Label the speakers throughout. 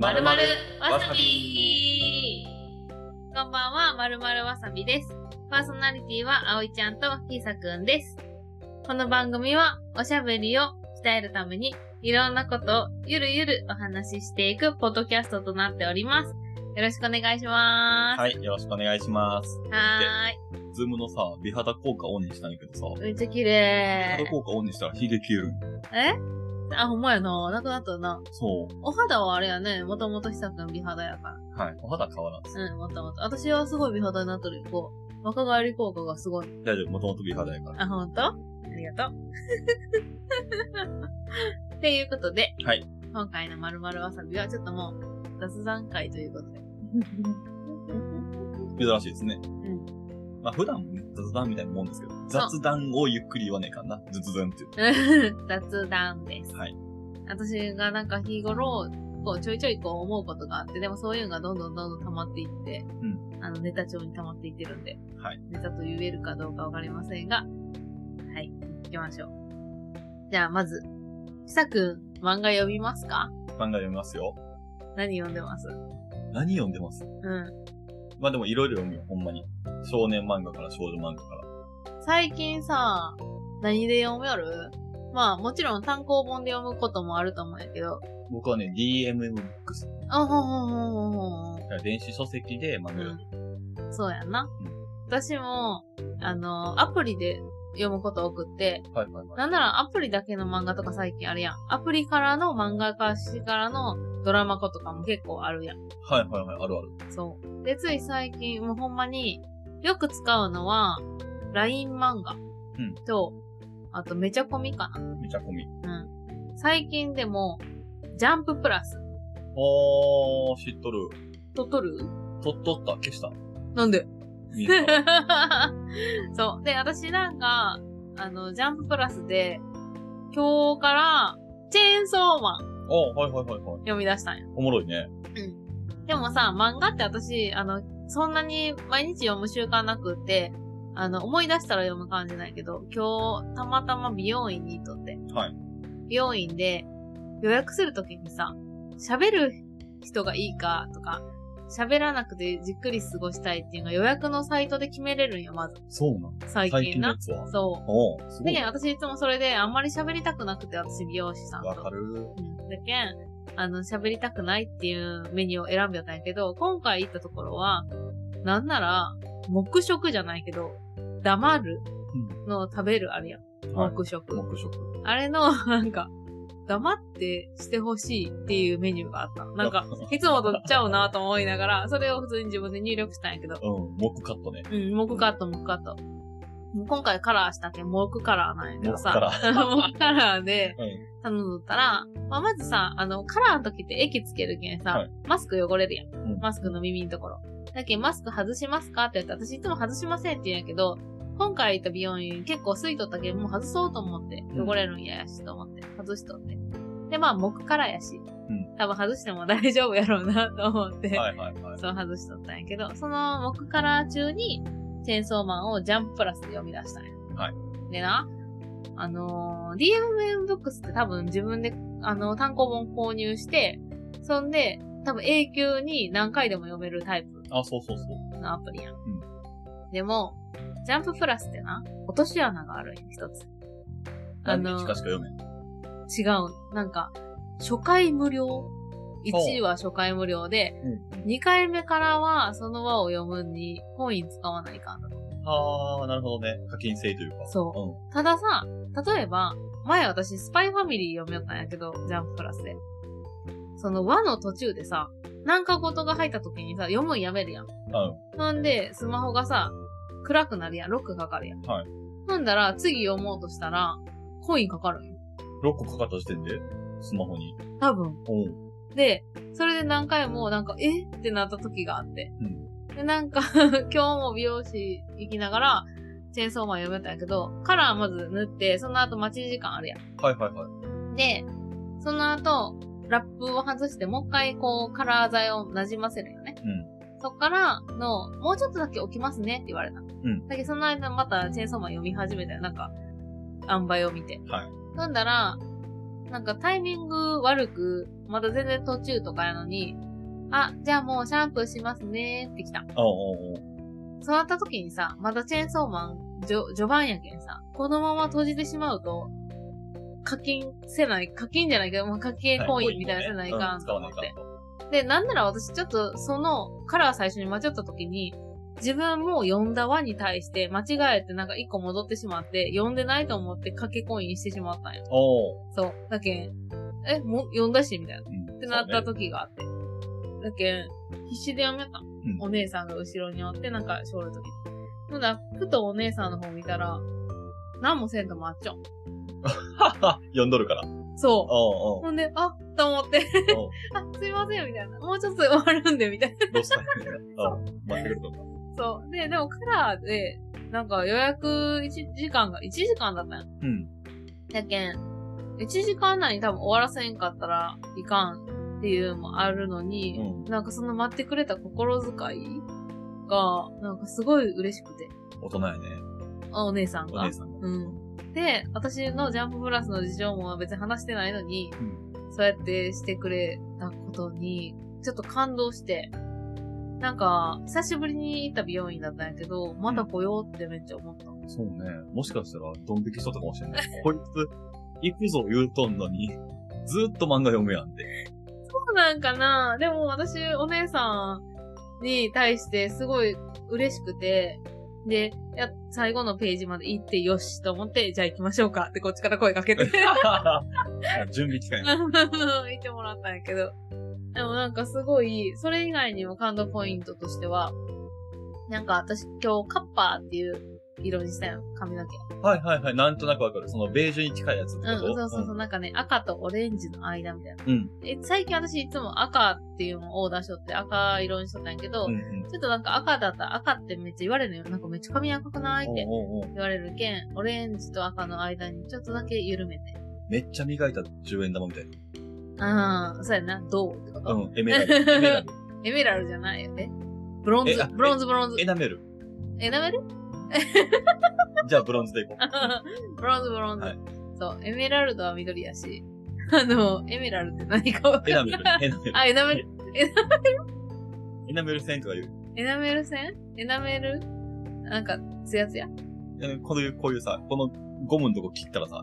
Speaker 1: まるまるわ
Speaker 2: わ
Speaker 1: さ
Speaker 2: さ
Speaker 1: び
Speaker 2: び
Speaker 1: こんばんは、まるまるわさびです。パーソナリティはあおいちゃんとひさくんです。この番組はおしゃべりを鍛えるためにいろんなことをゆるゆるお話ししていくポッドキャストとなっております。よろしくお願いします。
Speaker 2: はい、よろしくお願いします。
Speaker 1: は
Speaker 2: ズームのさ、美肌効果オンにしたんやけどさ、
Speaker 1: ーい。めっちゃ綺
Speaker 2: 美
Speaker 1: 麗
Speaker 2: 肌。効果オンにしたら火で消えるんよ
Speaker 1: えあ、ほんまやな。なくなったな。
Speaker 2: そう。
Speaker 1: お肌はあれやね。もともとひさくん美肌やから。
Speaker 2: はい。お肌変わらん。
Speaker 1: うん、もともと。私はすごい美肌になっとるよ。こう、若返り効果がすごい。
Speaker 2: 大丈夫、もともと美肌やから。
Speaker 1: あ、ほんとありがとう。 っていうことで、
Speaker 2: はい
Speaker 1: 今回のまるまるわさびはちょっともう雑談会ということで。
Speaker 2: 珍しいですね。
Speaker 1: ん
Speaker 2: まあ普段もね、雑談みたいなもんですけど、雑談をゆっくり言わねえかんな。雑談って。
Speaker 1: 雑談です。
Speaker 2: はい
Speaker 1: 私がなんか日頃、こうちょいちょいこう思うことがあって、でもそういうのがどんどんどんどん溜まっていって、
Speaker 2: う
Speaker 1: あのネタ帳に溜まっていってるんで、
Speaker 2: はい
Speaker 1: ネタと言えるかどうかわかりませんが、はい、行きましょう。じゃあまず、ひさくん、漫画読みますか
Speaker 2: 漫画読みますよ。
Speaker 1: 何読んでます
Speaker 2: 何読んでます
Speaker 1: うん。
Speaker 2: まあでもいろいろ読むよ、ほんまに。少年漫画から少女漫画から。
Speaker 1: 最近さ、何で読めるまあもちろん単行本で読むこともあると思うんやけど、
Speaker 2: 僕はね、DMM ブックス。
Speaker 1: あほんほんほんほんほんほん。
Speaker 2: 電子書籍で漫画読む。
Speaker 1: うんそうやんな。私も、あの、アプリで読むこと多くって、
Speaker 2: はいはいはい。
Speaker 1: なんならアプリだけの漫画とか最近あるやん。アプリからの漫画かしからのドラマ化とかも結構あるやん。
Speaker 2: はいはいはい、あるある。
Speaker 1: そう。で、つい最近、もうほんまによく使うのは、LINE 漫画
Speaker 2: ん
Speaker 1: と、あとめちゃコミかな。
Speaker 2: めちゃ込み。
Speaker 1: うん。最近でも、ジャンププラス、
Speaker 2: あー、知っとる。
Speaker 1: と撮る
Speaker 2: とっとった、消した。
Speaker 1: なんで
Speaker 2: 見えた
Speaker 1: そう。で、私なんか、あの、ジャンププラスで、今日から、チェーンソーマン
Speaker 2: あはいはいはいはい。
Speaker 1: 読み出したんや。
Speaker 2: おもろいね。
Speaker 1: でもさ、漫画って私、あの、そんなに毎日読む習慣なくって、あの、思い出したら読む感じなんやけど、今日、たまたま美容院に行っとって。
Speaker 2: はい。
Speaker 1: 美容院で、予約するときにさ、喋る人がいいかとか、喋らなくてじっくり過ごしたいっていうのが予約のサイトで決めれるんよ、まず。
Speaker 2: そうなん
Speaker 1: 最
Speaker 2: 最
Speaker 1: 近
Speaker 2: 近の
Speaker 1: な
Speaker 2: や。つは。
Speaker 1: そ
Speaker 2: おー、すご
Speaker 1: う。だ
Speaker 2: い
Speaker 1: け。ど私いつもそれであんまり喋りたくなくて、私美容師さん
Speaker 2: わか
Speaker 1: と。
Speaker 2: る。
Speaker 1: うんだけん、あの、喋りたくないっていうメニューを選んでたんやけど、今回行ったところは、なんなら、黙食じゃないけど、黙るの食べるあれやん。
Speaker 2: はい。
Speaker 1: 黙食。
Speaker 2: 黙食。
Speaker 1: あれの、なんか、黙ってしてほしいっていうメニューがあった。なん か、いつもとちゃうなと思いながら、それを普通に自分で入力したんやけど、
Speaker 2: うん、黙カットね。
Speaker 1: うん、モクカット、モクカット。もう今回カラーしたけん、モクカラーなんやけどさ。
Speaker 2: モク
Speaker 1: カラ ー。モクカラーで
Speaker 2: はい。
Speaker 1: 頼んどったら、まあ、まずさ、あの、カラーの時って液つけるけんさ、
Speaker 2: はい
Speaker 1: マスク汚れるやん。
Speaker 2: うん
Speaker 1: マスクの耳のところ。だけんマスク外しますかって言って、私いつも外しませんって言うんやけど、今回行った美容院結構空いとったけん、もう外そうと思って、
Speaker 2: うん
Speaker 1: 汚れるんややしと思って、外しとって。で、まあ、モクカラーやし、
Speaker 2: ん
Speaker 1: 多分外しても大丈夫やろうなと思っ て、
Speaker 2: はいはいはい。
Speaker 1: そう外しとったんやけど、その木から中に、チェーンソーマンをジャンププラスで読み出したんや。。
Speaker 2: はい
Speaker 1: でな、あのー、DMM ブックスって多分自分で、あの、単行本購入して、そんで、多分永久に何回でも読めるタイプ
Speaker 2: あ、そうそうそう。
Speaker 1: のアプリやん。
Speaker 2: ん
Speaker 1: でも、ジャンププラスってな、落とし穴があるんや、一つ。あ
Speaker 2: 何
Speaker 1: の
Speaker 2: 日かしか読めん。
Speaker 1: 違う。なんか、初回無料。1位は初回無料で、
Speaker 2: うん。
Speaker 1: 2回目からはその輪を読むにコイン使わないかんだと。
Speaker 2: あー、なるほどね。課金制というか。。
Speaker 1: そうたださ、例えば、前私スパイファミリー読みよったんやけど、ジャンププラスで。その輪の途中でさ、なんか事が入った時にさ、読むんやめるやん。
Speaker 2: うん。うん。
Speaker 1: ほんで、スマホがさ、暗くなるやん。ロックかかるやん。
Speaker 2: はい
Speaker 1: ほんだら、次読もうとしたら、コインかかるんよ。
Speaker 2: 6個かかった時点で、スマホに。
Speaker 1: 多分。
Speaker 2: うん。
Speaker 1: で、それで何回もなんか、えってなった時があって。
Speaker 2: う
Speaker 1: で、なんか、 今日も美容師行きながら、チェーンソーマン読めたんやけど、カラーまず塗って、その後待ち時間あるや
Speaker 2: はいはいはい。
Speaker 1: ん。で、その後、ラップを外して、もう一回こう、カラー剤を馴染ませるよね。そっからの、もうちょっとだけ置きますねって言われた。
Speaker 2: ん
Speaker 1: だけど、その間またチェーンソーマン読み始めたよ。なんか、塩梅を見て。
Speaker 2: うん。はい。
Speaker 1: なんだら、なんかタイミング悪く、まだ全然途中とかやのに、あ、じゃあもうシャンプーしますねって来た。
Speaker 2: ああ、お
Speaker 1: そうなった時にさ、まだチェーンソーマン、じょ序盤やけんさ、このまま閉じてしまうと、課金せない、課金じゃないけど、まあ、課金コインみたいなせないかん
Speaker 2: 使
Speaker 1: と
Speaker 2: わ
Speaker 1: 思
Speaker 2: ない
Speaker 1: っ
Speaker 2: か
Speaker 1: て
Speaker 2: ん。と。
Speaker 1: で、なんなら私ちょっとそのカラー最初に間違った時に、自分も読んだ輪に対して間違えてなんか一個戻ってしまって、読んでないと思って掛けコインしてしまったんや。
Speaker 2: おお。
Speaker 1: そう。だけん、え、もう読んだしみたいな。
Speaker 2: うん
Speaker 1: ってなった。時があって。だけん、必死でやめた。
Speaker 2: ん
Speaker 1: お姉さんが後ろにおって、なんか、しょる時に。ほんだら、ふとお姉さんの方見たら、何もせんともあっちょん。
Speaker 2: そうね 呼んどるから。
Speaker 1: そう。
Speaker 2: おうおう。
Speaker 1: ほんで、あっと思って、
Speaker 2: おう
Speaker 1: あ、すいません、みたいな。もうちょっとで終わるんで、みたいな。
Speaker 2: どうしたんやあ待ってくれと。
Speaker 1: そう。で、でもカラーで、なんか予約1時間が、1時間だったんや。
Speaker 2: うん。
Speaker 1: やけん、1時間内に多分終わらせんかったらいかんっていうのもあるの
Speaker 2: う
Speaker 1: に、
Speaker 2: ん。
Speaker 1: なんかその待ってくれた心遣いが、なんかすごい嬉しくて、
Speaker 2: 大人やね。
Speaker 1: あお姉さん
Speaker 2: お
Speaker 1: が
Speaker 2: 姉。さんが。
Speaker 1: うん。で、私のジャンププラスの事情も別に話してないのに、
Speaker 2: うん。
Speaker 1: そうやってしてくれたことに、ちょっと感動して、なんか、久しぶりに行った美容院だったんやけど、また来ようってめっちゃ思った。
Speaker 2: そうね。もしかしたら、ドン引きしとったかもしれない。こいつ、行くぞ言うとんのに、ずーっと漫画読むやん って。
Speaker 1: そうなんかなでも私、お姉さんに対してすごい嬉しくて、で、いや最後のページまで行ってよしと思って、じゃあ行きましょうかってこっちから声かけて、
Speaker 2: 準備期間や
Speaker 1: 行ってもらったんやけど。でもなんかすごい、それ以外にも感動ポイントとしては、なんか私今日カッパーっていう色にしたよ、髪の毛。
Speaker 2: はいはいはい。なんとなくわかる。その、ベージュに近いやつって
Speaker 1: うん、
Speaker 2: こと
Speaker 1: そうそうそう、なんかね、赤とオレンジの間みたいな。
Speaker 2: うん。
Speaker 1: え最近私いつも赤っていうのをオーダーしとって赤色にしとったんやけど、
Speaker 2: うん。うん。
Speaker 1: ちょっとなんか赤だったら赤ってめっちゃ言われるのよ。なんかめっちゃ髪赤くないって
Speaker 2: おうおうおう
Speaker 1: 言われるけん、オレンジと赤の間にちょっとだけ緩めて。
Speaker 2: めっちゃ磨いた10円玉みたい
Speaker 1: ああ、そうやな、銅ってこと、
Speaker 2: な。うん。エメ ラル。エメラル。
Speaker 1: エメラルじゃないよね。ブロン
Speaker 2: え
Speaker 1: ズ
Speaker 2: あ、
Speaker 1: ブロンズ、ブロンズ。
Speaker 2: エナメル。
Speaker 1: エナメル
Speaker 2: じゃあ、ブロンズでいこ
Speaker 1: ブロンズ、ブロンズ、
Speaker 2: はい
Speaker 1: そう、エメラルドは緑やし。 あの、エメラルって何かわか
Speaker 2: う。エナ
Speaker 1: ん
Speaker 2: メ
Speaker 1: な
Speaker 2: ル
Speaker 1: い。。
Speaker 2: エナメル。
Speaker 1: あ、エナメル、
Speaker 2: エナメル線とか言う。
Speaker 1: エナメル線エナメルなんか、ツヤツヤ。
Speaker 2: えこういう、こういうさ、このゴムのとこ切ったらさ、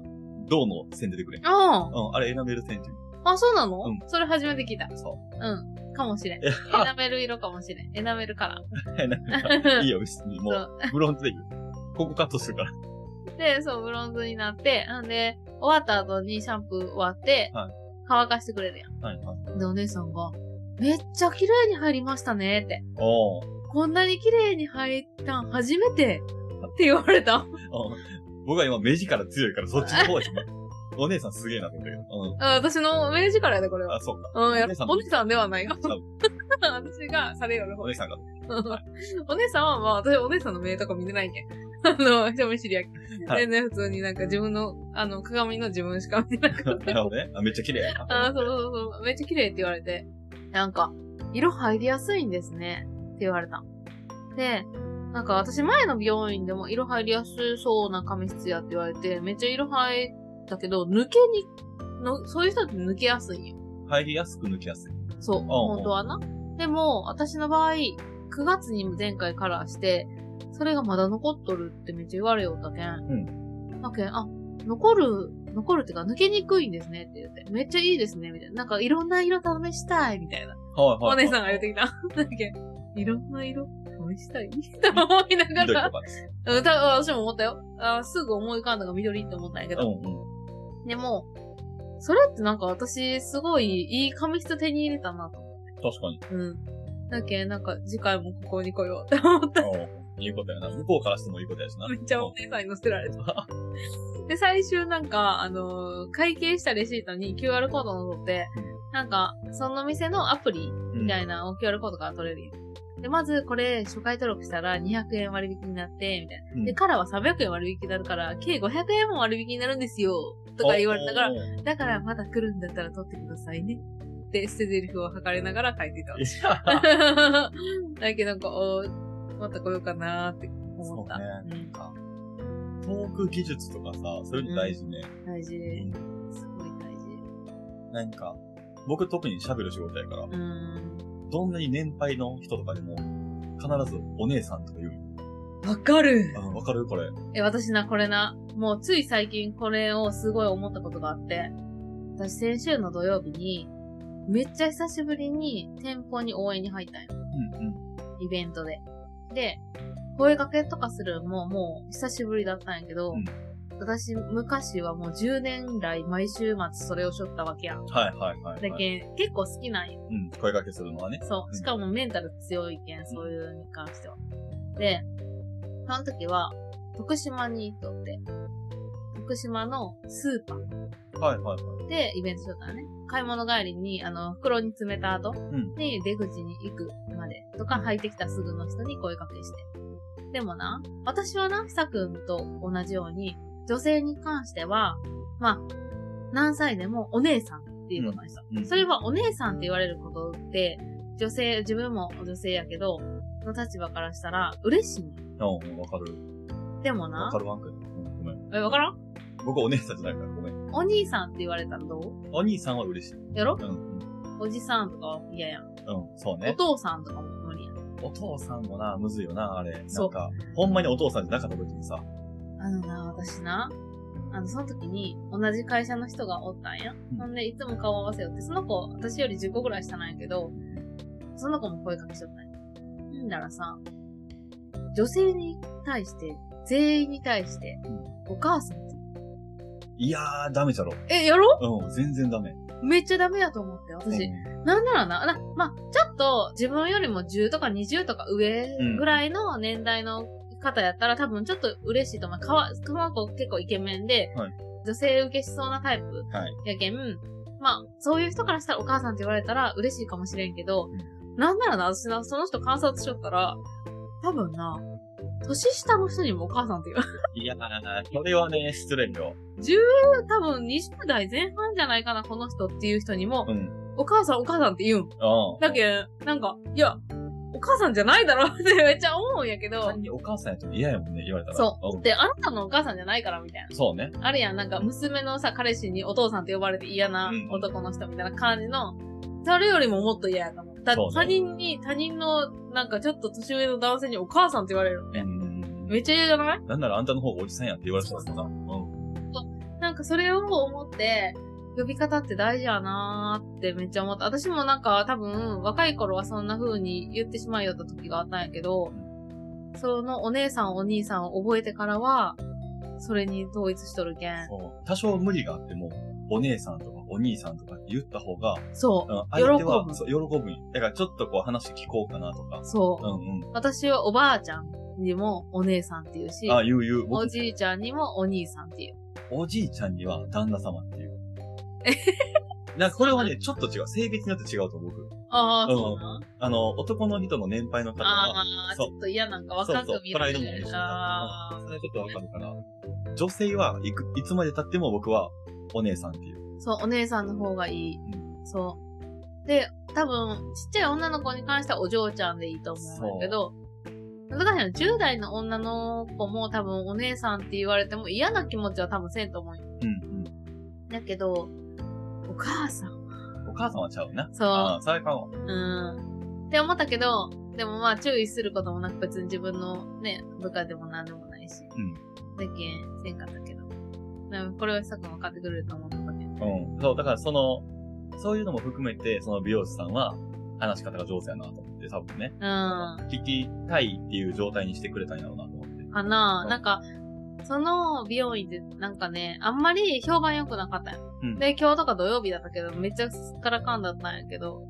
Speaker 2: 銅の線出てくれん。
Speaker 1: あ
Speaker 2: うん。あれ、エナメル線って言
Speaker 1: あ、あ、そうなの、
Speaker 2: うん
Speaker 1: それ初めて聞いた。
Speaker 2: う。そう。
Speaker 1: うん。かもしれん。エ
Speaker 2: え
Speaker 1: ナメル色かもしれん。エナメルカラ
Speaker 2: エナメル
Speaker 1: ー。
Speaker 2: いいよ、別に。も、
Speaker 1: そうう。
Speaker 2: ブロンズでいいよ。ここカットするから。
Speaker 1: で、そう、ブロンズになって、なんで、終わった後にシャンプー終わって、
Speaker 2: はい
Speaker 1: 乾かしてくれるや
Speaker 2: はいはい。
Speaker 1: ん。で、お姉さんが、めっちゃ綺麗に入りましたねって。
Speaker 2: おー
Speaker 1: こんなに綺麗に入ったん初めてって言われた。
Speaker 2: うん。僕は今、目力強いから、そっちの方 ですね。お姉さんすげえなと思ったけど。う
Speaker 1: あ私の明治からやで、これ
Speaker 2: ん。
Speaker 1: は。
Speaker 2: あ、そうか。
Speaker 1: うん、やっ
Speaker 2: お姉さ
Speaker 1: ぱ
Speaker 2: んも
Speaker 1: お姉さんではないが。
Speaker 2: 多分
Speaker 1: 私がされよる方
Speaker 2: お姉さんが。
Speaker 1: お姉さんは、まあ、私、お姉さんの目とか見てないけん。 あの、人見知りやけん。
Speaker 2: はい
Speaker 1: 全然普通になんか自分の、あの、鏡の自分しか見てなくて。
Speaker 2: なるほどね。あめっちゃ綺麗やな。
Speaker 1: あーそうそうそう。めっちゃ綺麗って言われて。なんか、色入りやすいんですね。って言われた。で、なんか私前の美容院でも色入りやすそうな髪質やって言われて、めっちゃ色入ったけど、抜けに、のそういう人って抜けやすいんよ。
Speaker 2: 入りやすく抜きやすい。
Speaker 1: そう、本当はな。でも、私の場合、9月にも前回カラーして、それがまだ残っとるってめっちゃ言われよったけん。だけん、あ、残る、残るってか、抜けにくいんですねって言って、めっちゃいいですね、みたいな。なんかいろんな色試したい、みたいな。
Speaker 2: はいはい。
Speaker 1: お姉さんが言ってきた。だけん、いろんな色試したいと思いなが
Speaker 2: 緑と
Speaker 1: ら。
Speaker 2: か。
Speaker 1: うん、た私も思ったよ。あすぐ思い浮かんだのが緑って思ったんやけ
Speaker 2: う
Speaker 1: ど。
Speaker 2: んうん。
Speaker 1: でも、それってなんか私、すごいいい髪質手に入れたなと思って
Speaker 2: 確かに。
Speaker 1: うん。だけなんか次回もここに来ようって思った。
Speaker 2: うん。いいことやな。向こうからしてもいいことやしな。
Speaker 1: めっちゃお姉さんに乗せられた。で、最終なんか、あのー会計したレシートに QR コードを取って、なんか、その店のアプリ
Speaker 2: うん
Speaker 1: みたいなのを QR コードから取れるよ。で、まずこれ、初回登録したら200円割引になって、みたいな。
Speaker 2: うん
Speaker 1: で、カラーは300円割引になるから、計500円も割引になるんですよ、とか言われたか
Speaker 2: お
Speaker 1: ら、
Speaker 2: ーおー
Speaker 1: だからまだ来るんだったら取ってくださいね。で、捨て台詞を図りながら書いてた
Speaker 2: い。や
Speaker 1: だけど、なんか、おまた来ようかなーって思った。
Speaker 2: そう
Speaker 1: うん
Speaker 2: トーク技術とかさ、そういうの大事ね。
Speaker 1: 大事
Speaker 2: う。
Speaker 1: すごい大事。
Speaker 2: なんか、僕特に喋る仕事やから、
Speaker 1: うーん。
Speaker 2: どんなに年配の人とかでも、必ずお姉さんとか言う。
Speaker 1: わかる
Speaker 2: あわかるこれ。
Speaker 1: え、私な、これな、もうつい最近これをすごい思ったことがあって、私先週の土曜日に、めっちゃ久しぶりに店舗に応援に入ったんよ。
Speaker 2: うんうん。
Speaker 1: イベントで。で、声掛けとかするのももう久しぶりだったんやけど、
Speaker 2: うん
Speaker 1: 私昔はもう10年来毎週末それをしょったわけやん。
Speaker 2: はいはいはい、はい。
Speaker 1: だけん、結構好きなんよ。
Speaker 2: うん、声掛けするのはね。
Speaker 1: そうう。
Speaker 2: ん
Speaker 1: しかもメンタル強いけん、そういうのに関しては。で、その時は、徳島に行っとって、徳島のスーパ
Speaker 2: はいはいはい。
Speaker 1: ーでイベントしとったのね。買い物帰りに、あの、袋に詰めた後、
Speaker 2: うん。
Speaker 1: に出口に行くまでとか入ってきたすぐの人に声かけして。でもな、私はな、ひさくんと同じように、女性に関しては、まあ、何歳でもお姉さんっていうことにした。
Speaker 2: うん
Speaker 1: それはお姉さんって言われることって、女性、自分も女性やけど、の立場からしたら嬉しいね。
Speaker 2: うん、わかる。
Speaker 1: でも
Speaker 2: わ
Speaker 1: な
Speaker 2: か、るわんかい。うんごめん。
Speaker 1: え、わからん
Speaker 2: 僕お姉さんじゃないから、ごめん。
Speaker 1: お兄さんって言われたらどう
Speaker 2: お兄さんは嬉しい。
Speaker 1: やろ
Speaker 2: うん。うん、
Speaker 1: おじさんとかは嫌やん。
Speaker 2: うんそう
Speaker 1: お
Speaker 2: ね。
Speaker 1: 父さんとかも無理やん。
Speaker 2: お父さんもな、むずいよな、あれ。な
Speaker 1: そ
Speaker 2: ん
Speaker 1: う
Speaker 2: か、ほんまにお父さんじゃなかった時にさ。
Speaker 1: あのな、私な、あの、その時に同じ会社の人がおったんや。
Speaker 2: うん
Speaker 1: ほんで、いつも顔合わせよって、その子、私より10個ぐらい下なんやけど、その子も声かけしとったんや。んだらさ、女性に対して、全員に対して、お母さんって。
Speaker 2: いやー、ダメじゃろ。
Speaker 1: え、やろ
Speaker 2: うん、全然ダメ。
Speaker 1: めっちゃダメだと思って、私。
Speaker 2: うん
Speaker 1: なんならな、な、まあ、ちょっと自分よりも10とか20とか上ぐらいの年代の方やったら、多分ちょっと嬉しいと思う。かわ、熊ま子結構イケメンで、
Speaker 2: はい
Speaker 1: 女性受けしそうなタイプ
Speaker 2: はい。
Speaker 1: やけん、まあ、そういう人からしたらお母さんって言われたら嬉しいかもしれんけど、
Speaker 2: う
Speaker 1: なんならな、私な、その人観察しよったら、多分な、年下の人にもお母さんって言われる。
Speaker 2: いやー、それはね、失礼よ。
Speaker 1: 10、多分20代前半じゃないかな、この人っていう人にも、
Speaker 2: うん。うん。
Speaker 1: お母さんお母さんって言うん。だけん、なんか、いや、お母さんじゃないだろ ってめっちゃ思うんやけど
Speaker 2: 仮、にお母さんやと嫌やもんね、言われたら。
Speaker 1: そう。
Speaker 2: ん
Speaker 1: で、あなたのお母さんじゃないからみたいな。
Speaker 2: そうね。
Speaker 1: あるやん、なんか娘のさ、彼氏にお父さんって呼ばれて嫌な
Speaker 2: うん
Speaker 1: 男の人みたいな感じの、それよりももっと嫌やと思う。だって
Speaker 2: そうね
Speaker 1: 他人に、他人の、なんかちょっと年上の男性にお母さんって言われるのね。めっちゃ嫌じゃない
Speaker 2: なんならあんたの方がおじさんやって言われそうだった。うん。
Speaker 1: なんかそれを思って、呼び方って大事やなーってめっちゃ思った。私もなんか多分若い頃はそんな風に言ってしまいよった時があったんやけど、そのお姉さんお兄さんを覚えてからは、それに統一しとるけん。
Speaker 2: そう。多少無理があっても、お姉さんとかお兄さんとかって言った方が、
Speaker 1: そ
Speaker 2: うん、相手
Speaker 1: 喜ぶ
Speaker 2: は、そう、喜ぶんよだからちょっとこう話聞こうかなとか
Speaker 1: う。。そうう。
Speaker 2: んうん。
Speaker 1: 私はおばあちゃんにもお姉さんって言うし、
Speaker 2: あ、言う言う。僕
Speaker 1: おじいちゃんにもお兄さんって言う。
Speaker 2: おじいちゃんには旦那様って いう。なんかこれはね、ちょっと違う。性別によって違うと思う僕。
Speaker 1: ああ、
Speaker 2: うん
Speaker 1: そうなん。
Speaker 2: あの、男の人の年配の方は、
Speaker 1: ああ、ち
Speaker 2: そう
Speaker 1: ょっと嫌なんか若
Speaker 2: そうそ
Speaker 1: く
Speaker 2: う
Speaker 1: 見
Speaker 2: プ
Speaker 1: ら
Speaker 2: ライ
Speaker 1: れ
Speaker 2: ドもあ
Speaker 1: る
Speaker 2: るし。
Speaker 1: あ
Speaker 2: それはちょっとわかるから、女性はいく、いつまで経っても僕はお姉さんっていう。
Speaker 1: ーそう、お姉さんの方がいい。そう。で、多分、ちっちゃい女の子に関してはお嬢ちゃんでいいと思うんだけど、難しいの。10代の女の子も多分お姉さんって言われても嫌な気持ちは多分せんと思うよ。
Speaker 2: うん
Speaker 1: だけど、お母さん。
Speaker 2: うん。お母さんはちゃうな。
Speaker 1: そ
Speaker 2: ああ、それかも。
Speaker 1: う。うん。って思ったけど、でもまあ注意することもなく別に自分のね、部下でも何でもないし。
Speaker 2: うん。
Speaker 1: だけん、せんかったけど。でもこれはさくも買ってくれると思ったけど。
Speaker 2: うん。そう、だからその、そういうのも含めて、その美容師さんは、話し方が上手やなと思って、多分ね、
Speaker 1: うん。
Speaker 2: 聞きたいっていう状態にしてくれたんやろうなと思って。
Speaker 1: かな、
Speaker 2: うん
Speaker 1: なんか、その美容院で、なんかね、あんまり評判良くなかったよ。
Speaker 2: うん。
Speaker 1: で、今日とか土曜日だったけど、めっちゃすっからかんだったんやけど。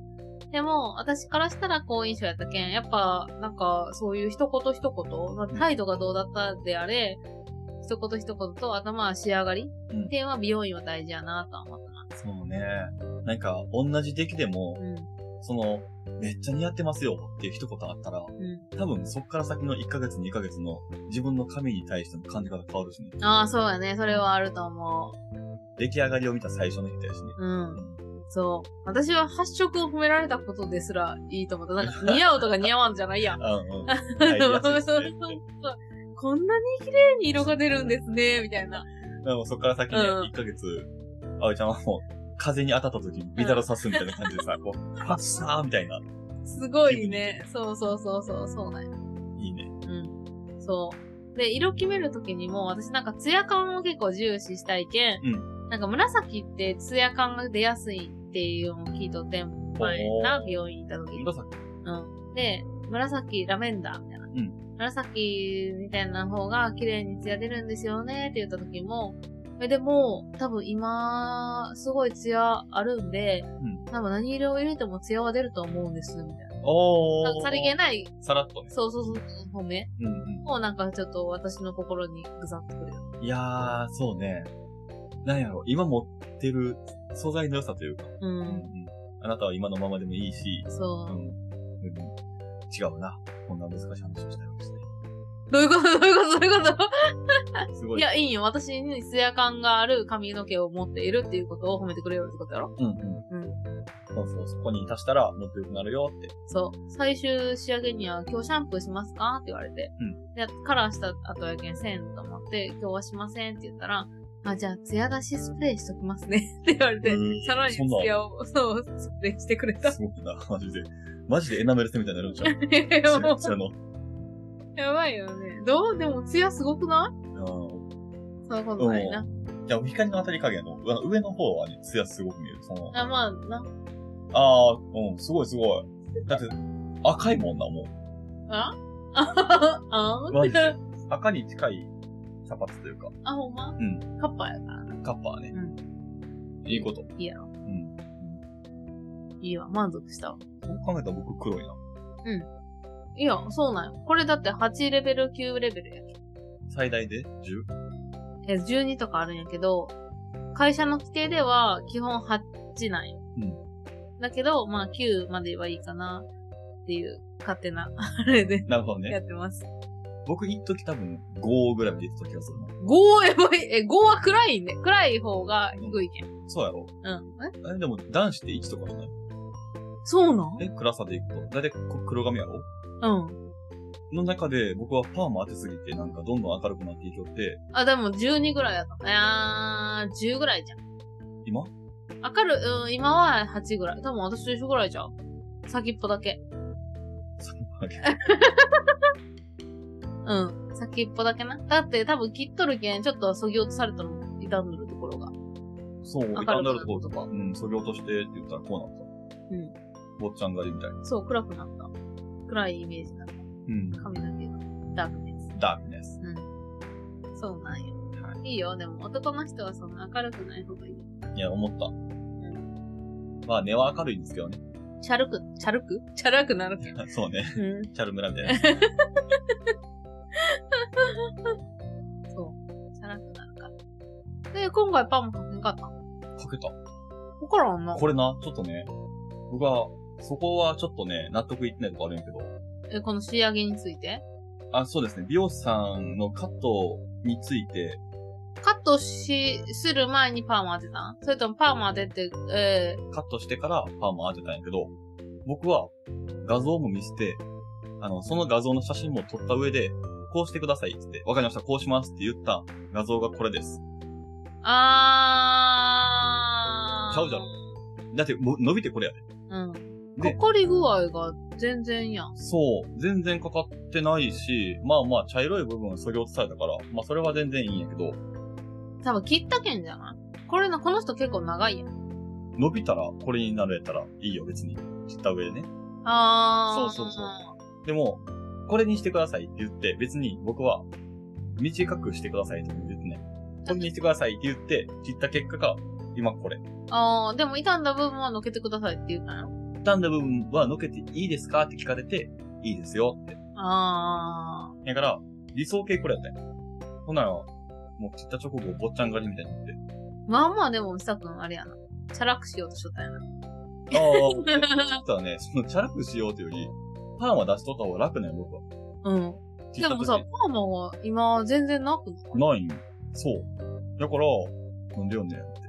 Speaker 1: でも、私からしたら好印象やったけん、やっぱ、なんか、そういう一言一言、まあ態度がどうだったであれ、一言一言と頭は仕上がり、
Speaker 2: うん
Speaker 1: っていうのは美容院は大事やなとは思ったな。
Speaker 2: そうね。なんか、同じ出来でも、
Speaker 1: うん。
Speaker 2: その、めっちゃ似合ってますよっていう一言あったら、
Speaker 1: う
Speaker 2: 多分そっから先の1ヶ月、2ヶ月の自分の髪に対しての感じ方変わるしね。
Speaker 1: ん。ああ、そうやね。それはあると思
Speaker 2: 出来上がりを見た最初の人 やしね。
Speaker 1: う。うん。そう。私は発色を褒められたことですらいいと思った。なんか、似合うとか似合わんじゃないやん。
Speaker 2: うんうん。
Speaker 1: そ
Speaker 2: は
Speaker 1: う
Speaker 2: い
Speaker 1: そう
Speaker 2: 安い
Speaker 1: そ
Speaker 2: ですね
Speaker 1: うこんなに綺麗に色が出るんですね、みたいな。
Speaker 2: でもそっから先ね、
Speaker 1: うん
Speaker 2: 1ヶ月、あおいちゃんはもう、風に当たった時にビダラ刺すみたいな感じでさ、こ う、パッサーみたいな。
Speaker 1: すごいね。そうそうそうそう、そうなんや。
Speaker 2: いいね。
Speaker 1: うん。そう。で、色決めるときにも、私なんかツヤ感を結構重視したいけん、
Speaker 2: う
Speaker 1: なんか紫ってツヤ感が出やすいっていうのを聞いとって、前な、病院行ったときに。
Speaker 2: 紫。
Speaker 1: うん。で、紫、ラベンダーみたいな。
Speaker 2: ん
Speaker 1: 紫みたいな方が綺麗にツヤ出るんですよねって言った時も、え、でも、多分今、すごいツヤあるんで、
Speaker 2: うん
Speaker 1: 多分何色を入れてもツヤは出ると思うんです、みたい
Speaker 2: お
Speaker 1: な。
Speaker 2: ー。
Speaker 1: さりげない、
Speaker 2: さらっとね。
Speaker 1: そうそうそう、褒め
Speaker 2: うんうん。
Speaker 1: をなんかちょっと私の心にぐざってくれる。
Speaker 2: いやー、そうね。なんやろう、今持ってる素材の良さというか、
Speaker 1: う。
Speaker 2: うんんあなたは今のままでもいいし、
Speaker 1: そうう。
Speaker 2: ん。うん違うな。こんな難しい話をしたりして。
Speaker 1: どういうことどういうことどういうこ
Speaker 2: す
Speaker 1: と
Speaker 2: ごい。
Speaker 1: いや、いいんよ。私にツヤ感がある髪の毛を持っているっていうことを褒めてくれるってことやろ
Speaker 2: うんうん。
Speaker 1: うん。
Speaker 2: そうそう、そこに足したらもっと良くなるよって。
Speaker 1: そう。最終仕上げには、今日シャンプーしますかって言われて。
Speaker 2: う
Speaker 1: で、カラーした後やけんせんと思って、今日はしませんって言ったら、あ、じゃあ、ツヤ出しスプレーしときますね。 って言われて
Speaker 2: う、ん
Speaker 1: さらにツ
Speaker 2: そんな
Speaker 1: ヤを、そう、スプレーして くれた。
Speaker 2: すごいな、マジで。マジでエナメル線みたいになるんじゃん。
Speaker 1: やばい
Speaker 2: その、
Speaker 1: やばいよね。どうでも、ツヤすごくない
Speaker 2: うん
Speaker 1: そんなことないな。
Speaker 2: じゃあ、光の当たり加減の上上の方はね、ツヤすごく見える。その、
Speaker 1: あ、まあ、な、
Speaker 2: ああ、うん、すごいすごい。だって、赤いもんな、も
Speaker 1: あああ
Speaker 2: マジでう。赤に近い茶髪というか、
Speaker 1: あ、ほんま
Speaker 2: ん
Speaker 1: カッパやからな。
Speaker 2: カッパーね。いいこと。
Speaker 1: いいやろ。
Speaker 2: うん。
Speaker 1: いいわ、満足したわ。
Speaker 2: そう考えたら僕黒いな。
Speaker 1: いや、そうなんよ。これだって8レベル、9レベルや
Speaker 2: 最大で 10?
Speaker 1: えー、12とかあるんやけど、会社の規定では基本8なんよ。だけど、まあ9まではいいかなっていう勝手なあれで
Speaker 2: なるほど
Speaker 1: や
Speaker 2: ね。
Speaker 1: ってます。
Speaker 2: 僕、一時多分5ぐらいまで出てた気がするな。
Speaker 1: 5やばい。え、5は暗いね。暗い方が低いけん。
Speaker 2: そうやろ
Speaker 1: うん。え
Speaker 2: えでも男子って1とかじゃない
Speaker 1: そうなん
Speaker 2: え暗さでいくと。だいたい黒髪やろ
Speaker 1: うん。
Speaker 2: の中で僕はパーマ当てすぎてなんかどんどん明るくなっていきよって、
Speaker 1: あ、でも12ぐらいやった。いやー、10ぐらいじゃん。
Speaker 2: 今
Speaker 1: 明るい、うん、今は8ぐらい。多分私と一緒ぐらいじゃん。先っぽだけ。
Speaker 2: そんなわけ
Speaker 1: うん。先っぽだけな。だって多分切っとるけん、ちょっと削ぎ落とされたのも傷んでるところが。
Speaker 2: そう、
Speaker 1: 明るく
Speaker 2: 痛んだるところとか、うん、削ぎ落としてって言ったらこうなった。うん。坊ちゃん狩りみたいな。
Speaker 1: そう、暗くなった。暗いイメージなの。
Speaker 2: うん。
Speaker 1: 髪の毛が。ダークです。
Speaker 2: ダークネス。
Speaker 1: うん。そうなんよ。
Speaker 2: はい
Speaker 1: いよ、でも男の人はそんな明るくない方がいい。
Speaker 2: いや、思った。まあ、根は明るいんですけどね。
Speaker 1: チャルく、チャルくチャラくなるけど。
Speaker 2: そうね。
Speaker 1: うん。
Speaker 2: チャルムラみた いな。
Speaker 1: そう。チャラくなるから。で、今回パンもかけんかったの
Speaker 2: かけた。
Speaker 1: わからんな。
Speaker 2: これな、ちょっとね、僕は、そこはちょっとね、納得いってないとこあるんやけど。
Speaker 1: え、この仕上げについて
Speaker 2: あ、そうですね。美容師さんのカットについて、
Speaker 1: カットし、する前にパーマ当てたんそれともパーマ当てて、え
Speaker 2: カットしてからパーマ当てたんやけど、僕は画像も見せて、あの、その画像の写真も撮った上で、こうしてくださいって言って、わかりました、こうしますって言った画像がこれです。
Speaker 1: ー、あー。
Speaker 2: ちゃうじゃろだって、も伸びてこれやで。
Speaker 1: うん。か
Speaker 2: で
Speaker 1: かり具合が全然やん。
Speaker 2: そう、全然かかってないし、まあまあ、茶色い部分は削ぎ落とされたから、まあそれは全然いいんやけど、
Speaker 1: 多分切ったけんじゃないこれの、この人結構長いやん。
Speaker 2: 伸びたらこれになれたらいいよ、別に。切った上でね。
Speaker 1: あー。
Speaker 2: そうそうそうでも、これにしてくださいって言って、別に僕は、短くしてくださいとも言ってね。これにしてくださいって言って、切った結果が、今これ。
Speaker 1: あー、でも傷んだ部分はのけてくださいって言ったの
Speaker 2: 傷んだ部分はのけていいですかって聞かれて、いいですよって。
Speaker 1: あ
Speaker 2: だから、理想形これやったんや。ほんなら、もう切った直後、坊っちゃん狩りみたいになって。
Speaker 1: ー。まあまあでも、みさくんあれやな。チャラくしようとしとったやな。
Speaker 2: ああ、だったら ね、その、チャラくしようというより、パーマ出しとった方が楽なんや、僕は。
Speaker 1: うん。
Speaker 2: 切っ
Speaker 1: で
Speaker 2: た
Speaker 1: も
Speaker 2: 時
Speaker 1: さ、パーマは今全然なくな
Speaker 2: な
Speaker 1: い
Speaker 2: いんよそう。だから、なんでよねんって。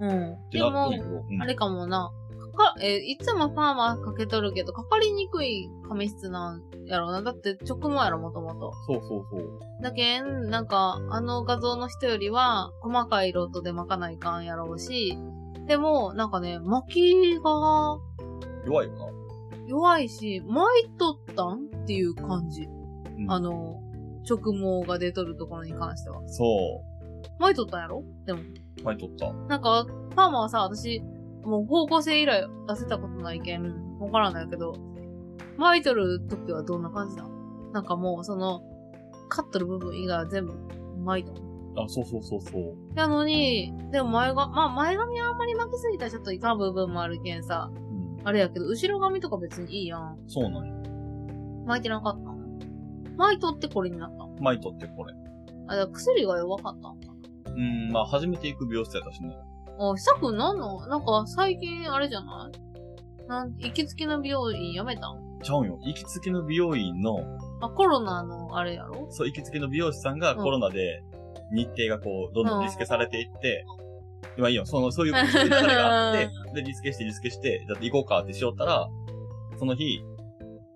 Speaker 1: うん。
Speaker 2: って
Speaker 1: で
Speaker 2: なったん
Speaker 1: も
Speaker 2: や、けど。うん
Speaker 1: あれかもな。かか、えーいつもパーマかけとるけど、かかりにくい髪質なんやろな。だって直毛やろ、もともと。
Speaker 2: そうそうそう。
Speaker 1: だけん、なんか、あの画像の人よりは、細かい色とで巻かないかんやろうし、でも、なんかね、薪が
Speaker 2: 弱いよな。
Speaker 1: 弱いし、巻いとったんっていう感じ。
Speaker 2: うん
Speaker 1: あの、直毛が出とるところに関しては。
Speaker 2: そ
Speaker 1: 巻いとったんやろでも。
Speaker 2: う。前取った。
Speaker 1: なんか、パーマはさ、私、もう高校生以来出せたことないけん、わからんだけど、巻いとる時はどんな感じだなんかもう、その、カットる部分以外は全部巻いた。
Speaker 2: あ、そうそうそうそう。
Speaker 1: なのに、でも前が、まあ前髪あんまり巻きすぎたらちょっといかん部分もあるけんさ、
Speaker 2: うん。
Speaker 1: あれやけど、後ろ髪とか別にいいやん。
Speaker 2: そうなんよ。
Speaker 1: 巻いてなかったん巻いとってこれになったん
Speaker 2: 前取ってこれ。
Speaker 1: あ、だから薬が弱かったん
Speaker 2: うん、まあ初めて行く美容室やったしね。
Speaker 1: あ、したくなんのなんか最近あれじゃないなん、行きつけの美容院やめたん
Speaker 2: ちゃうんよ。行きつけの美容院の、
Speaker 1: あ、コロナのあれやろ
Speaker 2: そう、行きつけの美容師さんがコロナで、日程がこう、どんどんリスケされていって、まあいいよ、その、そう いう流れがあって、で、リスケしてリスケして、だって行こうかってしよったら、その日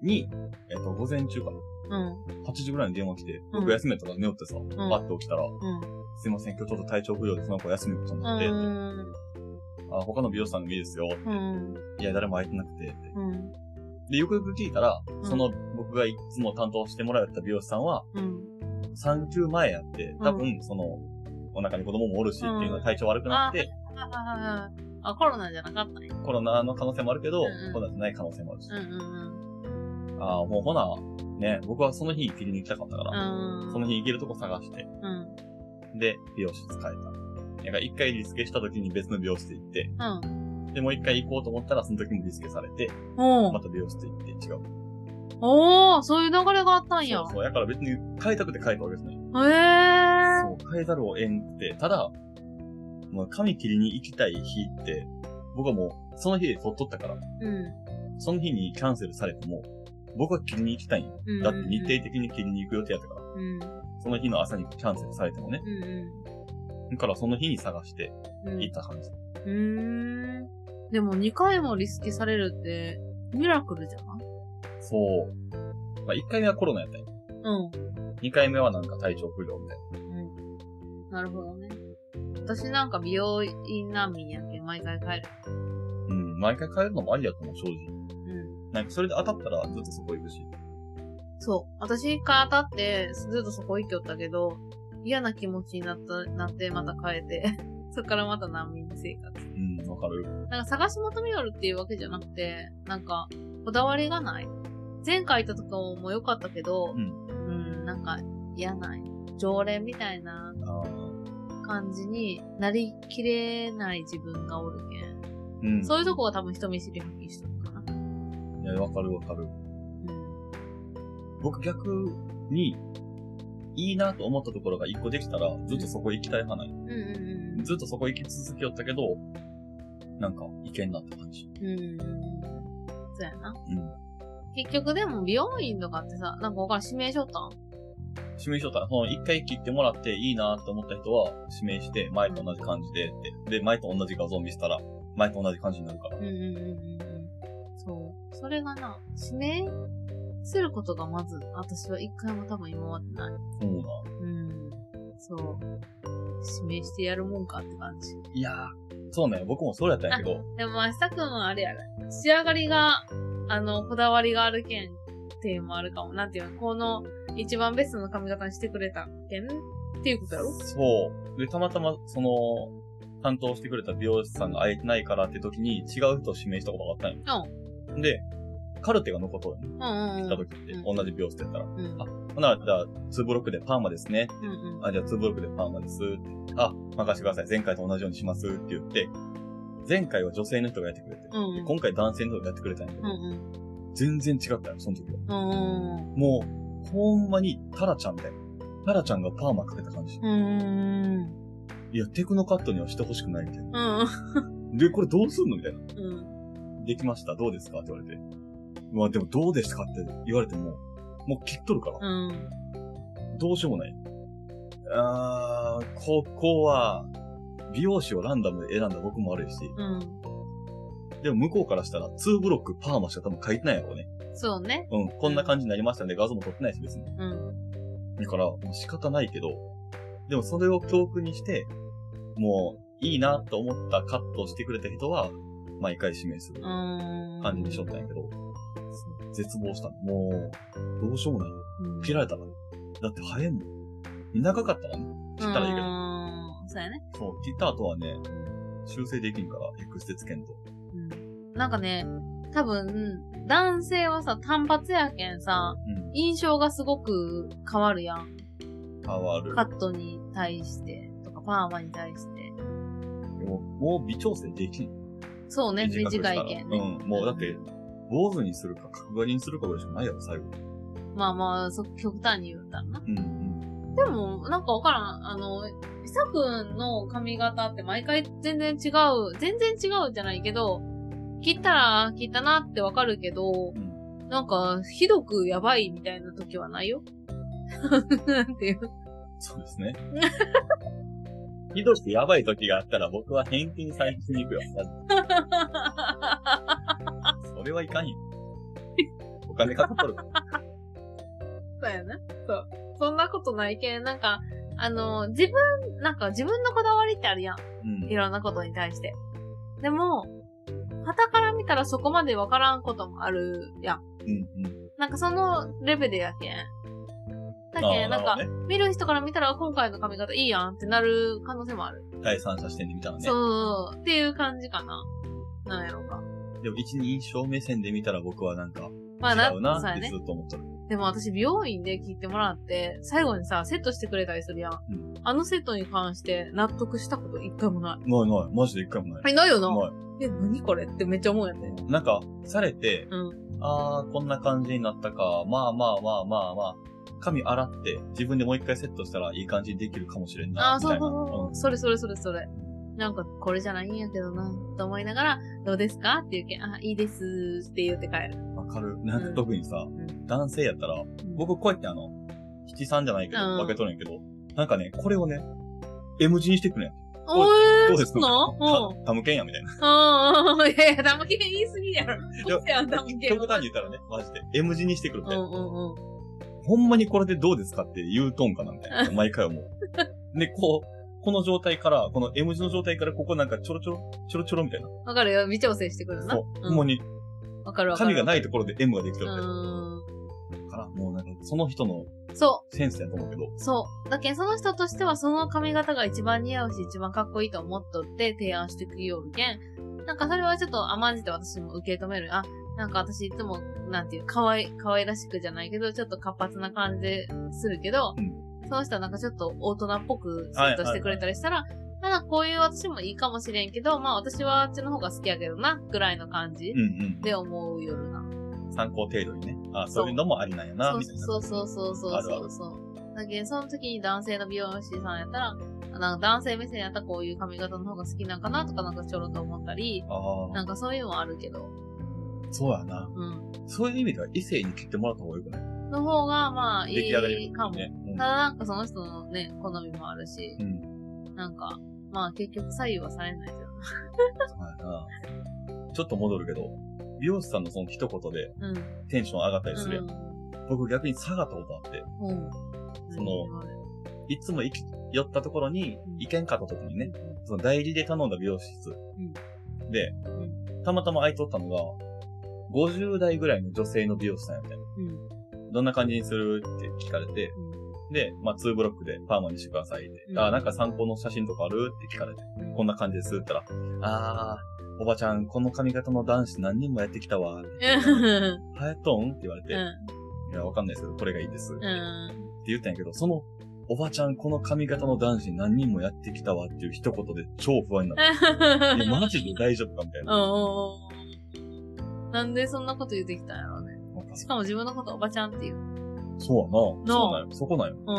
Speaker 2: に、えっと、午前中かな。
Speaker 1: うん、
Speaker 2: 8時ぐらいに電話来て、
Speaker 1: うん
Speaker 2: 僕休めたから寝よってさ、
Speaker 1: うん、
Speaker 2: パッと起きたら、
Speaker 1: うん。
Speaker 2: すいません、今日ちょっと体調不良でその子休みことに
Speaker 1: う
Speaker 2: なって、
Speaker 1: ん、
Speaker 2: あ、他の美容師さんでもいいですよ。
Speaker 1: うん、
Speaker 2: いや、誰も空いてなくてって。
Speaker 1: うん、
Speaker 2: で、よくよく聞いたら、
Speaker 1: ん
Speaker 2: その僕がいつも担当してもらった美容師さんは、
Speaker 1: うん。
Speaker 2: 産休前やって、多分、その、お腹に子供もおるしっていうの
Speaker 1: うん
Speaker 2: は体調悪くなって、
Speaker 1: あ、はいはいはい。あ、コロナじゃなかったね。
Speaker 2: コロナの可能性もあるけど、
Speaker 1: うんうん
Speaker 2: コロナじゃない可能性もあるし。
Speaker 1: うん、うん、
Speaker 2: ああ、もうほな、ね、僕はその日切りに行きたかったから、
Speaker 1: うん。
Speaker 2: その日行けるとこ探して、
Speaker 1: うん、うん、
Speaker 2: で、美容室変えた。なんか一回リスケした時に別の美容室行って、
Speaker 1: うん。
Speaker 2: で、もう一回行こうと思ったらその時もリスケされて、
Speaker 1: お
Speaker 2: ま
Speaker 1: ー
Speaker 2: た美容室行って違う。
Speaker 1: おー、そういう流れがあったんや。
Speaker 2: そうそう。だから別に変えたくて変えたわけですね。
Speaker 1: へえー。
Speaker 2: そう、変えざるを得んくて、ただ、まあ、髪切りに行きたい日って、僕はもう、その日で取っとったから、
Speaker 1: う
Speaker 2: その日にキャンセルされても、僕は切りに行きたいんよ
Speaker 1: ん。
Speaker 2: だって日程的に切りに行く予定やったから、
Speaker 1: うん、
Speaker 2: その日の朝にキャンセルされてもね。
Speaker 1: うん、
Speaker 2: だからその日に探して
Speaker 1: うん。うん
Speaker 2: 行った感じ。
Speaker 1: うーん。でも2回もリスケされるって、ミラクルじゃない
Speaker 2: そう。まあ、1回目はコロナやったんよ。
Speaker 1: うん。
Speaker 2: 2回目はなんか体調不良みたいな。
Speaker 1: うん。なるほどね。私なんか美容院難民やけん、毎回帰る。
Speaker 2: うん、毎回変えるのもありやと思う、正直。
Speaker 1: うん。
Speaker 2: なんかそれで当たったらずっとそこ行くし。
Speaker 1: そう。私一回当たって、ずっとそこ行きよったけど、嫌な気持ちになった、なって、また帰って、 そっからまた難民生活。
Speaker 2: うん、わかる。
Speaker 1: なんか探し求めよるっていうわけじゃなくて、なんか、こだわりがない。前回行ったとこも良かったけど、
Speaker 2: うん
Speaker 1: んなんか嫌ない。常連みたいな
Speaker 2: あー
Speaker 1: 感じになりきれない自分がおるけん。
Speaker 2: うん。
Speaker 1: そういうとこが多分人見知り発揮しとるかな。
Speaker 2: いや、わかるわかる。
Speaker 1: うん。
Speaker 2: 僕逆に、いいなと思ったところが一個できたら、ずっとそこ行きたい派ない。
Speaker 1: うんうん
Speaker 2: ずっとそこ行き続けよったけど、なんか、行けんなって感じ。
Speaker 1: うん。うん。そうやな。
Speaker 2: うん。
Speaker 1: 結局でも美容院とかってさ、なんかわからん、指名しよったん
Speaker 2: 指名しとったら、その一回切ってもらっていいなと思った人は、指名して、前と同じ感じでって。で、前と同じ画像を見せたら、前と同じ感じになるから。
Speaker 1: うんうんうんうんうん。そう。それがな、指名することがまず、私は一回も多分今までない。
Speaker 2: そうな。
Speaker 1: うん。そう。指名してやるもんかって感じ。
Speaker 2: いやー、そうね。僕もそうやったんやけど、
Speaker 1: でも、まあ明日くんはあれやろ。仕上がりが、あの、こだわりがあるけんっていうのもあるかも。なんていうの、この一番ベストの髪型にしてくれたけんっていうことやろ
Speaker 2: そう。で、たまたま、その、担当してくれた美容師さんが会えてないからって時に、違う人を指名したことがあったんよ。で、カルテが残っとるの
Speaker 1: うんうんう
Speaker 2: 行っ
Speaker 1: ん。
Speaker 2: た時って、
Speaker 1: うん
Speaker 2: 同じ美容室やったら。
Speaker 1: うん。うん
Speaker 2: ほな、じゃあ、2ブロックでパーマですね。
Speaker 1: うん。
Speaker 2: あ、じゃあ2ブロックでパーマですって。あ、任せてください。前回と同じようにしますって言って、前回は女性の人がやってくれて、
Speaker 1: うん
Speaker 2: で今回男性の人がやってくれたんやけ
Speaker 1: う
Speaker 2: ど、
Speaker 1: ん
Speaker 2: 全然違ったよ、その時は。
Speaker 1: うん。
Speaker 2: もう、ほんまにタラちゃんみたいな。タラちゃんがパーマかけた感じ。
Speaker 1: うんうん。うん。
Speaker 2: いや、テクノカットにはしてほしくないみたいな。
Speaker 1: うん。
Speaker 2: で、これどうすんのみたいな。
Speaker 1: うん。
Speaker 2: できました、どうですかって言われて。まあでもどうですかって言われても、もう切っとるから。
Speaker 1: うん。
Speaker 2: どうしようもない。あー、ここは、美容師をランダムで選んだ僕も悪いし、
Speaker 1: うん。
Speaker 2: でも向こうからしたら2ブロックパーマしか多分書いてないやろうね。
Speaker 1: そうね。
Speaker 2: うん、こんな感じになりましたんで画像も撮ってないし別に。
Speaker 1: うん。
Speaker 2: だから、もう仕方ないけど、でもそれを教訓にして、もいいなと思ったカットをしてくれた人は、毎回指名する
Speaker 1: うん。
Speaker 2: 感じにしよったんやけど、絶望したの。もう、どうしようもない。切られたら。だって早いもん。長かったらね、切ったらいいけど。
Speaker 1: うん。そうやね。
Speaker 2: そう、切った後はね、修正できんから、X でつけんと。
Speaker 1: うん。なんかね、多分、男性はさ、単発やけんさ、
Speaker 2: うん。
Speaker 1: 印象がすごく変わるやん。
Speaker 2: 変わる
Speaker 1: カ。ットに対して、とかパーマに対して。
Speaker 2: もう、もう微調整できん。
Speaker 1: そうね、
Speaker 2: 短くしたら
Speaker 1: 短いけんね。
Speaker 2: うん。もうだって、坊主にするか角刈りにするかぐらいしかないやろ、最後。
Speaker 1: まあまあ、そ極端に言うたらな。
Speaker 2: うんうん。
Speaker 1: でも、なんかわからん。あの、ひさくんの髪型って毎回全然違う。全然違うじゃないけど、切ったら切ったなってわかるけど、
Speaker 2: う
Speaker 1: なんか、ひどくやばいみたいな時はないよ。なんていう。
Speaker 2: そうですね。 ひどくやばい時があったら僕は返金されしに行くよ。それはいか んよ。お金かかっとるから。
Speaker 1: そうやな。そう。そんなことないけん、なんか、あの、自分、なんか自分のこだわりってあるやん。
Speaker 2: うん
Speaker 1: い。ろんなことに対して。でも、旗から見たらそこまでわからんこともあるやん。
Speaker 2: うんうん。
Speaker 1: なんかそのレベルやけん。だ
Speaker 2: あ
Speaker 1: け
Speaker 2: ー
Speaker 1: ん、な
Speaker 2: る
Speaker 1: ん
Speaker 2: ほ
Speaker 1: か
Speaker 2: ど、ね、
Speaker 1: 見る人から見たら今回の髪型いいやんってなる可能性もある。
Speaker 2: 第三者視点で見たらね。
Speaker 1: そう、っていう感じかな。なんやろうか。
Speaker 2: でも一人称目線で見たら僕はなんか、
Speaker 1: まあ
Speaker 2: 違うな
Speaker 1: そうや
Speaker 2: って
Speaker 1: ね
Speaker 2: ず。っと思っとる。
Speaker 1: でも私、美容院で切ってもらって、最後にさ、セットしてくれたりするやん。
Speaker 2: うん
Speaker 1: あのセットに関して納得したこと一回もない。
Speaker 2: ないない。マジで一回もない。
Speaker 1: はい、ないよな。
Speaker 2: ない。
Speaker 1: え、何これってめっちゃ思うやんね。
Speaker 2: なんか、されて、
Speaker 1: う
Speaker 2: あー、こんな感じになったか、まあまあまあまあまあ、髪洗って、自分でもう一回セットしたらいい感じにできるかもしれんな、
Speaker 1: あー、
Speaker 2: み
Speaker 1: そう
Speaker 2: た
Speaker 1: そ
Speaker 2: いうな。
Speaker 1: そう。それそれそれそれ。なんか、これじゃないんやけどな、と思いながら、どうですかって言うけん、あ、いいですって言って帰る。
Speaker 2: うんわかる。なんか特にさ、
Speaker 1: ん
Speaker 2: 男性やったら、僕こうやってあの、七三じゃないけど、
Speaker 1: うん
Speaker 2: 分けとるんやけど、なんかね、これをね、M 字にしてくねん。
Speaker 1: おえー、
Speaker 2: どうですか
Speaker 1: そうなのうん。
Speaker 2: たタムケンや、みたいな。
Speaker 1: うんうん。いやいや、ダムケン言いすぎやろ。
Speaker 2: いや
Speaker 1: そうやん、ダムケン
Speaker 2: 極端に言ったらね、マジで、M 字にしてくるみ
Speaker 1: う
Speaker 2: たいな。
Speaker 1: んうんうん。
Speaker 2: ほんまにこれでどうですかって言うとんかなみたいな。毎回思 う。で、こう、この状態から、この M 字の状態から、ここなんかちょろちょろ、ちょろちょろみたいな。
Speaker 1: わかるよ、微調整してくるな。
Speaker 2: そう。
Speaker 1: ん
Speaker 2: ほんまに、
Speaker 1: わかるわかる。
Speaker 2: 髪がないところで M ができて
Speaker 1: う
Speaker 2: るみたい
Speaker 1: ん。
Speaker 2: なから、もうなんか、その人の
Speaker 1: そ
Speaker 2: センスやと思うけど、
Speaker 1: う、そう。だけどその人としてはその髪型が一番似合うし、一番かっこいいと思っとって提案してくれよるけん。なんかそれはちょっと甘んじて私も受け止める。あ、なんか私いつも、なんていう、かわい、可愛らしくじゃないけど、ちょっと活発な感じするけど、
Speaker 2: うん
Speaker 1: その人はなんかちょっと大人っぽくセットしてくれたりしたら、ただこういう私もいいかもしれんけど、まあ私はあっちの方が好きやけどな、ぐらいの感じ
Speaker 2: うんうん。
Speaker 1: で思うよるな。
Speaker 2: 参考程度にね、あ
Speaker 1: そう
Speaker 2: そういうのもありなんやな、
Speaker 1: そう
Speaker 2: みたいな。
Speaker 1: そうそうそうそう
Speaker 2: あるあ
Speaker 1: そうそう。だけど、その時に男性の美容師さんやったら、あなんか男性目線やったらこういう髪型の方が好きなんかなとかなんかちょろっと思ったり、
Speaker 2: あ
Speaker 1: な
Speaker 2: あ、
Speaker 1: んかそういうのはあるけど、
Speaker 2: そうやな。
Speaker 1: うん。
Speaker 2: そういう意味では異性に切ってもらった方がよくない
Speaker 1: の方が、まあ、い
Speaker 2: 出来上がり
Speaker 1: いかも。
Speaker 2: ね。うん
Speaker 1: ただなんかその人のね、好みもあるし、
Speaker 2: うん。
Speaker 1: なんか、まあ結局左右はされないけどな。
Speaker 2: そうやな。ちょっと戻るけど、美容師さんのその一言で
Speaker 1: うん。
Speaker 2: テンション上がったりするやん。
Speaker 1: う
Speaker 2: 僕逆に下がったことあって、
Speaker 1: ん。うん。
Speaker 2: そのいつも行き寄ったところに
Speaker 1: うん
Speaker 2: 行けんかった時にね、
Speaker 1: ね。
Speaker 2: その代理で頼んだ美容室。で、たまたま空いとったのが、50代ぐらいの女性の美容師さんやみたいな。
Speaker 1: うん。
Speaker 2: どんな感じにするって聞かれて、で、まあ2ブロックでパーマにしてくださいって。
Speaker 1: うん
Speaker 2: あ、なんか参考の写真とかあるって聞かれて、
Speaker 1: うん。
Speaker 2: こんな感じですって言ったら、あー、おばちゃん、この髪型の男子何人もやってきたわ。
Speaker 1: うん。
Speaker 2: 流行っとんって言われて、
Speaker 1: うん。
Speaker 2: いや、わかんないですけど、これがいいです。って
Speaker 1: うん。
Speaker 2: 言ったんやけど、その、おばちゃん、この髪型の男子何人もやってきたわっていう一言で超不安になっ
Speaker 1: う
Speaker 2: た。
Speaker 1: ん
Speaker 2: え、マジで大丈夫かみたいな。
Speaker 1: うん。なんでそんなこと言ってきたんやろうね。
Speaker 2: なんか
Speaker 1: しかも自分のことおばちゃんっていう。
Speaker 2: そうやな。
Speaker 1: なあ
Speaker 2: そうなんよ。そこなんよ。
Speaker 1: うん。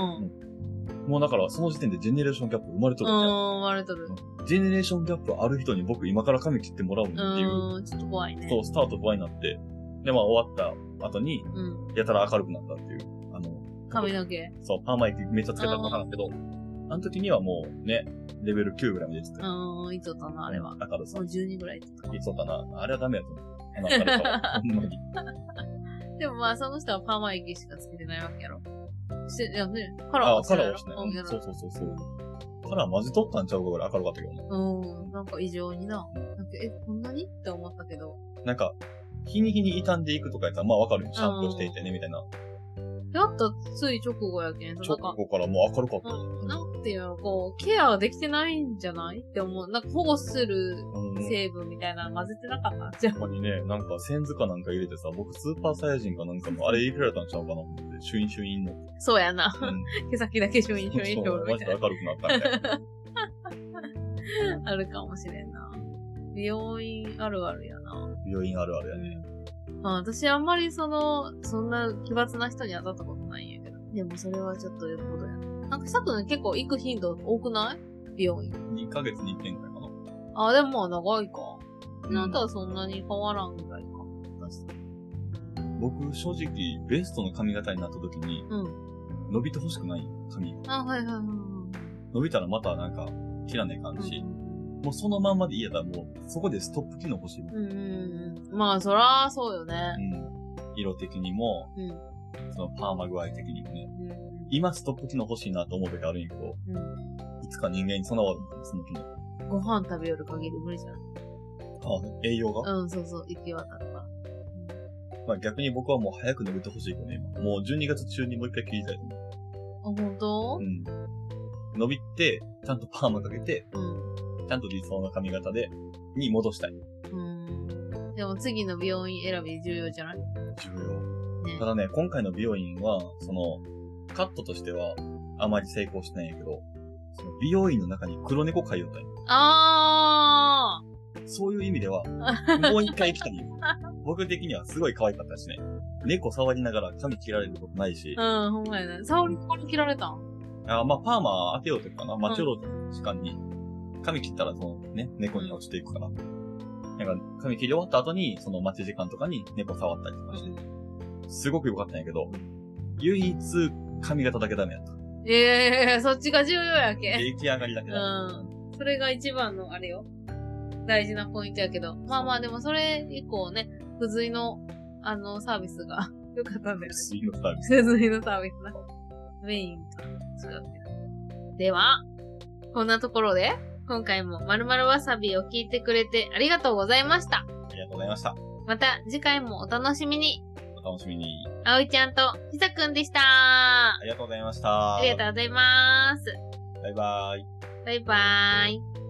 Speaker 1: うん、
Speaker 2: もうだから、その時点でジェネレーションギャップ生まれとるみたいな
Speaker 1: 割れとる。
Speaker 2: ジェネレーションギャップある人に僕今から髪切ってもらうの
Speaker 1: う
Speaker 2: っていう、
Speaker 1: ーん、ちょっと怖いね。
Speaker 2: そう、スタート怖いになって、で、まあ終わった後に、
Speaker 1: うん。
Speaker 2: やたら明るくなったっていう、あの、
Speaker 1: 髪の毛。
Speaker 2: そう、パーマ液めっちゃつけたのかなんだけど、あの時にはもうね、レベル9ぐらいまで出てた
Speaker 1: う。ーん、いつおったな、あれは。
Speaker 2: だからさ
Speaker 1: もう、12ぐらいいつおった
Speaker 2: いそうかな。あれはダメやと思う。鼻から ほんまに。
Speaker 1: でもまあ、その人はパーマ液しかつけてないわけやろ。して、いやね、カラー
Speaker 2: あ
Speaker 1: は、
Speaker 2: カラーはしない。
Speaker 1: うんや
Speaker 2: そ
Speaker 1: ろ
Speaker 2: うそうそうそう。カラー混ぜとったんちゃうかぐらい明るかったけどね。
Speaker 1: うん、なんか異常にな。なんか、え、こんなにって思ったけど。
Speaker 2: なんか、日に日に傷んでいくとかやったら、まあわかるよ。シャンプーしていってね、みたいな。
Speaker 1: やったつい直後やけん。な
Speaker 2: 直
Speaker 1: んか、
Speaker 2: 後からもう明るかったよ。
Speaker 1: うんなんていうの、こう、ケアできてないんじゃないって思う。なんか保護する
Speaker 2: うん。
Speaker 1: 成分みたいなの混ぜてなかったんじゃ
Speaker 2: ほんまにね、なんか、センズかなんか入れてさ、僕スーパーサイヤ人かなんかの、あれ入れられたんちゃうかなと思って、シュインシュイン の。
Speaker 1: ん。 そう やな。
Speaker 2: うん
Speaker 1: 毛先だけシュインシュイン
Speaker 2: そう、マ
Speaker 1: み
Speaker 2: ジ
Speaker 1: た
Speaker 2: で
Speaker 1: い
Speaker 2: 明るくなったみたいな。
Speaker 1: な。あるかもしれんな。美容院あるあるやな。
Speaker 2: 病院あるあるやね。
Speaker 1: うん。まあ私あんまりその、そんな奇抜な人に当たったことないんやけど。でもそれはちょっとよっぽどやな。なんかさくん結構行く頻度多くない美容院。
Speaker 2: 2ヶ月に1件くらいかな。
Speaker 1: あ、でもまあ長いか。
Speaker 2: うん
Speaker 1: なんとはそんなに変わらんぐらいか。私と。
Speaker 2: 僕、正直、ベストの髪型になった時に、
Speaker 1: うん。
Speaker 2: 伸びてほしくないよ、髪が。
Speaker 1: あ、はいはいはいはい。
Speaker 2: 伸びたらまたなんか、切らねえ感じし、もうそのまんまでいいやったらもう、そこでストップ機能欲しいもん。
Speaker 1: うんうんうん。まあそらそうよね。
Speaker 2: うん。色的にも、
Speaker 1: うん。
Speaker 2: そのパーマ具合的にもね。
Speaker 1: う
Speaker 2: 今ストップ機能欲しいなと思う時あるんやけど、
Speaker 1: ん。うん
Speaker 2: いつか人間に備わるんだよその機能。
Speaker 1: ご飯食べよる限り無理じゃん。
Speaker 2: あ、栄養が、
Speaker 1: うん、そうそう、行き渡るから。
Speaker 2: まあ逆に僕はもう早く伸びてほしいけどね、今。もう12月中にもう一回切りたいと思
Speaker 1: あ、本当
Speaker 2: う。うん。伸びて、ちゃんとパーマかけて、
Speaker 1: うん。
Speaker 2: ちゃんと理想の髪型で、に戻したい。
Speaker 1: うん。でも次の病院選び重要じゃないね。
Speaker 2: 重要。ただね、今回の美容院は、その、カットとしては、あまり成功してないんやけど、その美容院の中に黒猫飼いよったんよ
Speaker 1: あ
Speaker 2: そういう意味で は、もう一回来たいよ。僕的にはすごい可愛かったしね。猫触りながら髪切られることないし、
Speaker 1: ーうん、ほんまやね。沙織ここに切られたん
Speaker 2: あまあ、パーマ当てようとかな、待ちようと時間に、髪切ったらそのね、猫に落ちていくから。なんか、髪切り終わった後に、その待ち時間とかに猫触ったりとかして、すごく良かったんやけど、唯一髪型だけダメやった。
Speaker 1: ええー、そっちが重要やけ。
Speaker 2: 出来上がりだけ
Speaker 1: う
Speaker 2: だ。
Speaker 1: ん。それが一番の、あれよ。大事なポイントやけど。まあまあ、でもそれ以降ね、付随の、あの、サービスが良かったんだよね。
Speaker 2: 次のサービ
Speaker 1: 付随のサービスだ。メインか。違うけど。では、こんなところで、今回も〇〇わさびを聞いてくれてありがとうございました。
Speaker 2: スありがとうございました。
Speaker 1: また次回もお楽しみに。
Speaker 2: お楽しみに。
Speaker 1: あおいちゃんとひさくんでした。あ
Speaker 2: ありがとうございました。
Speaker 1: りがとうございます。
Speaker 2: バイバイ。
Speaker 1: バイバーイ。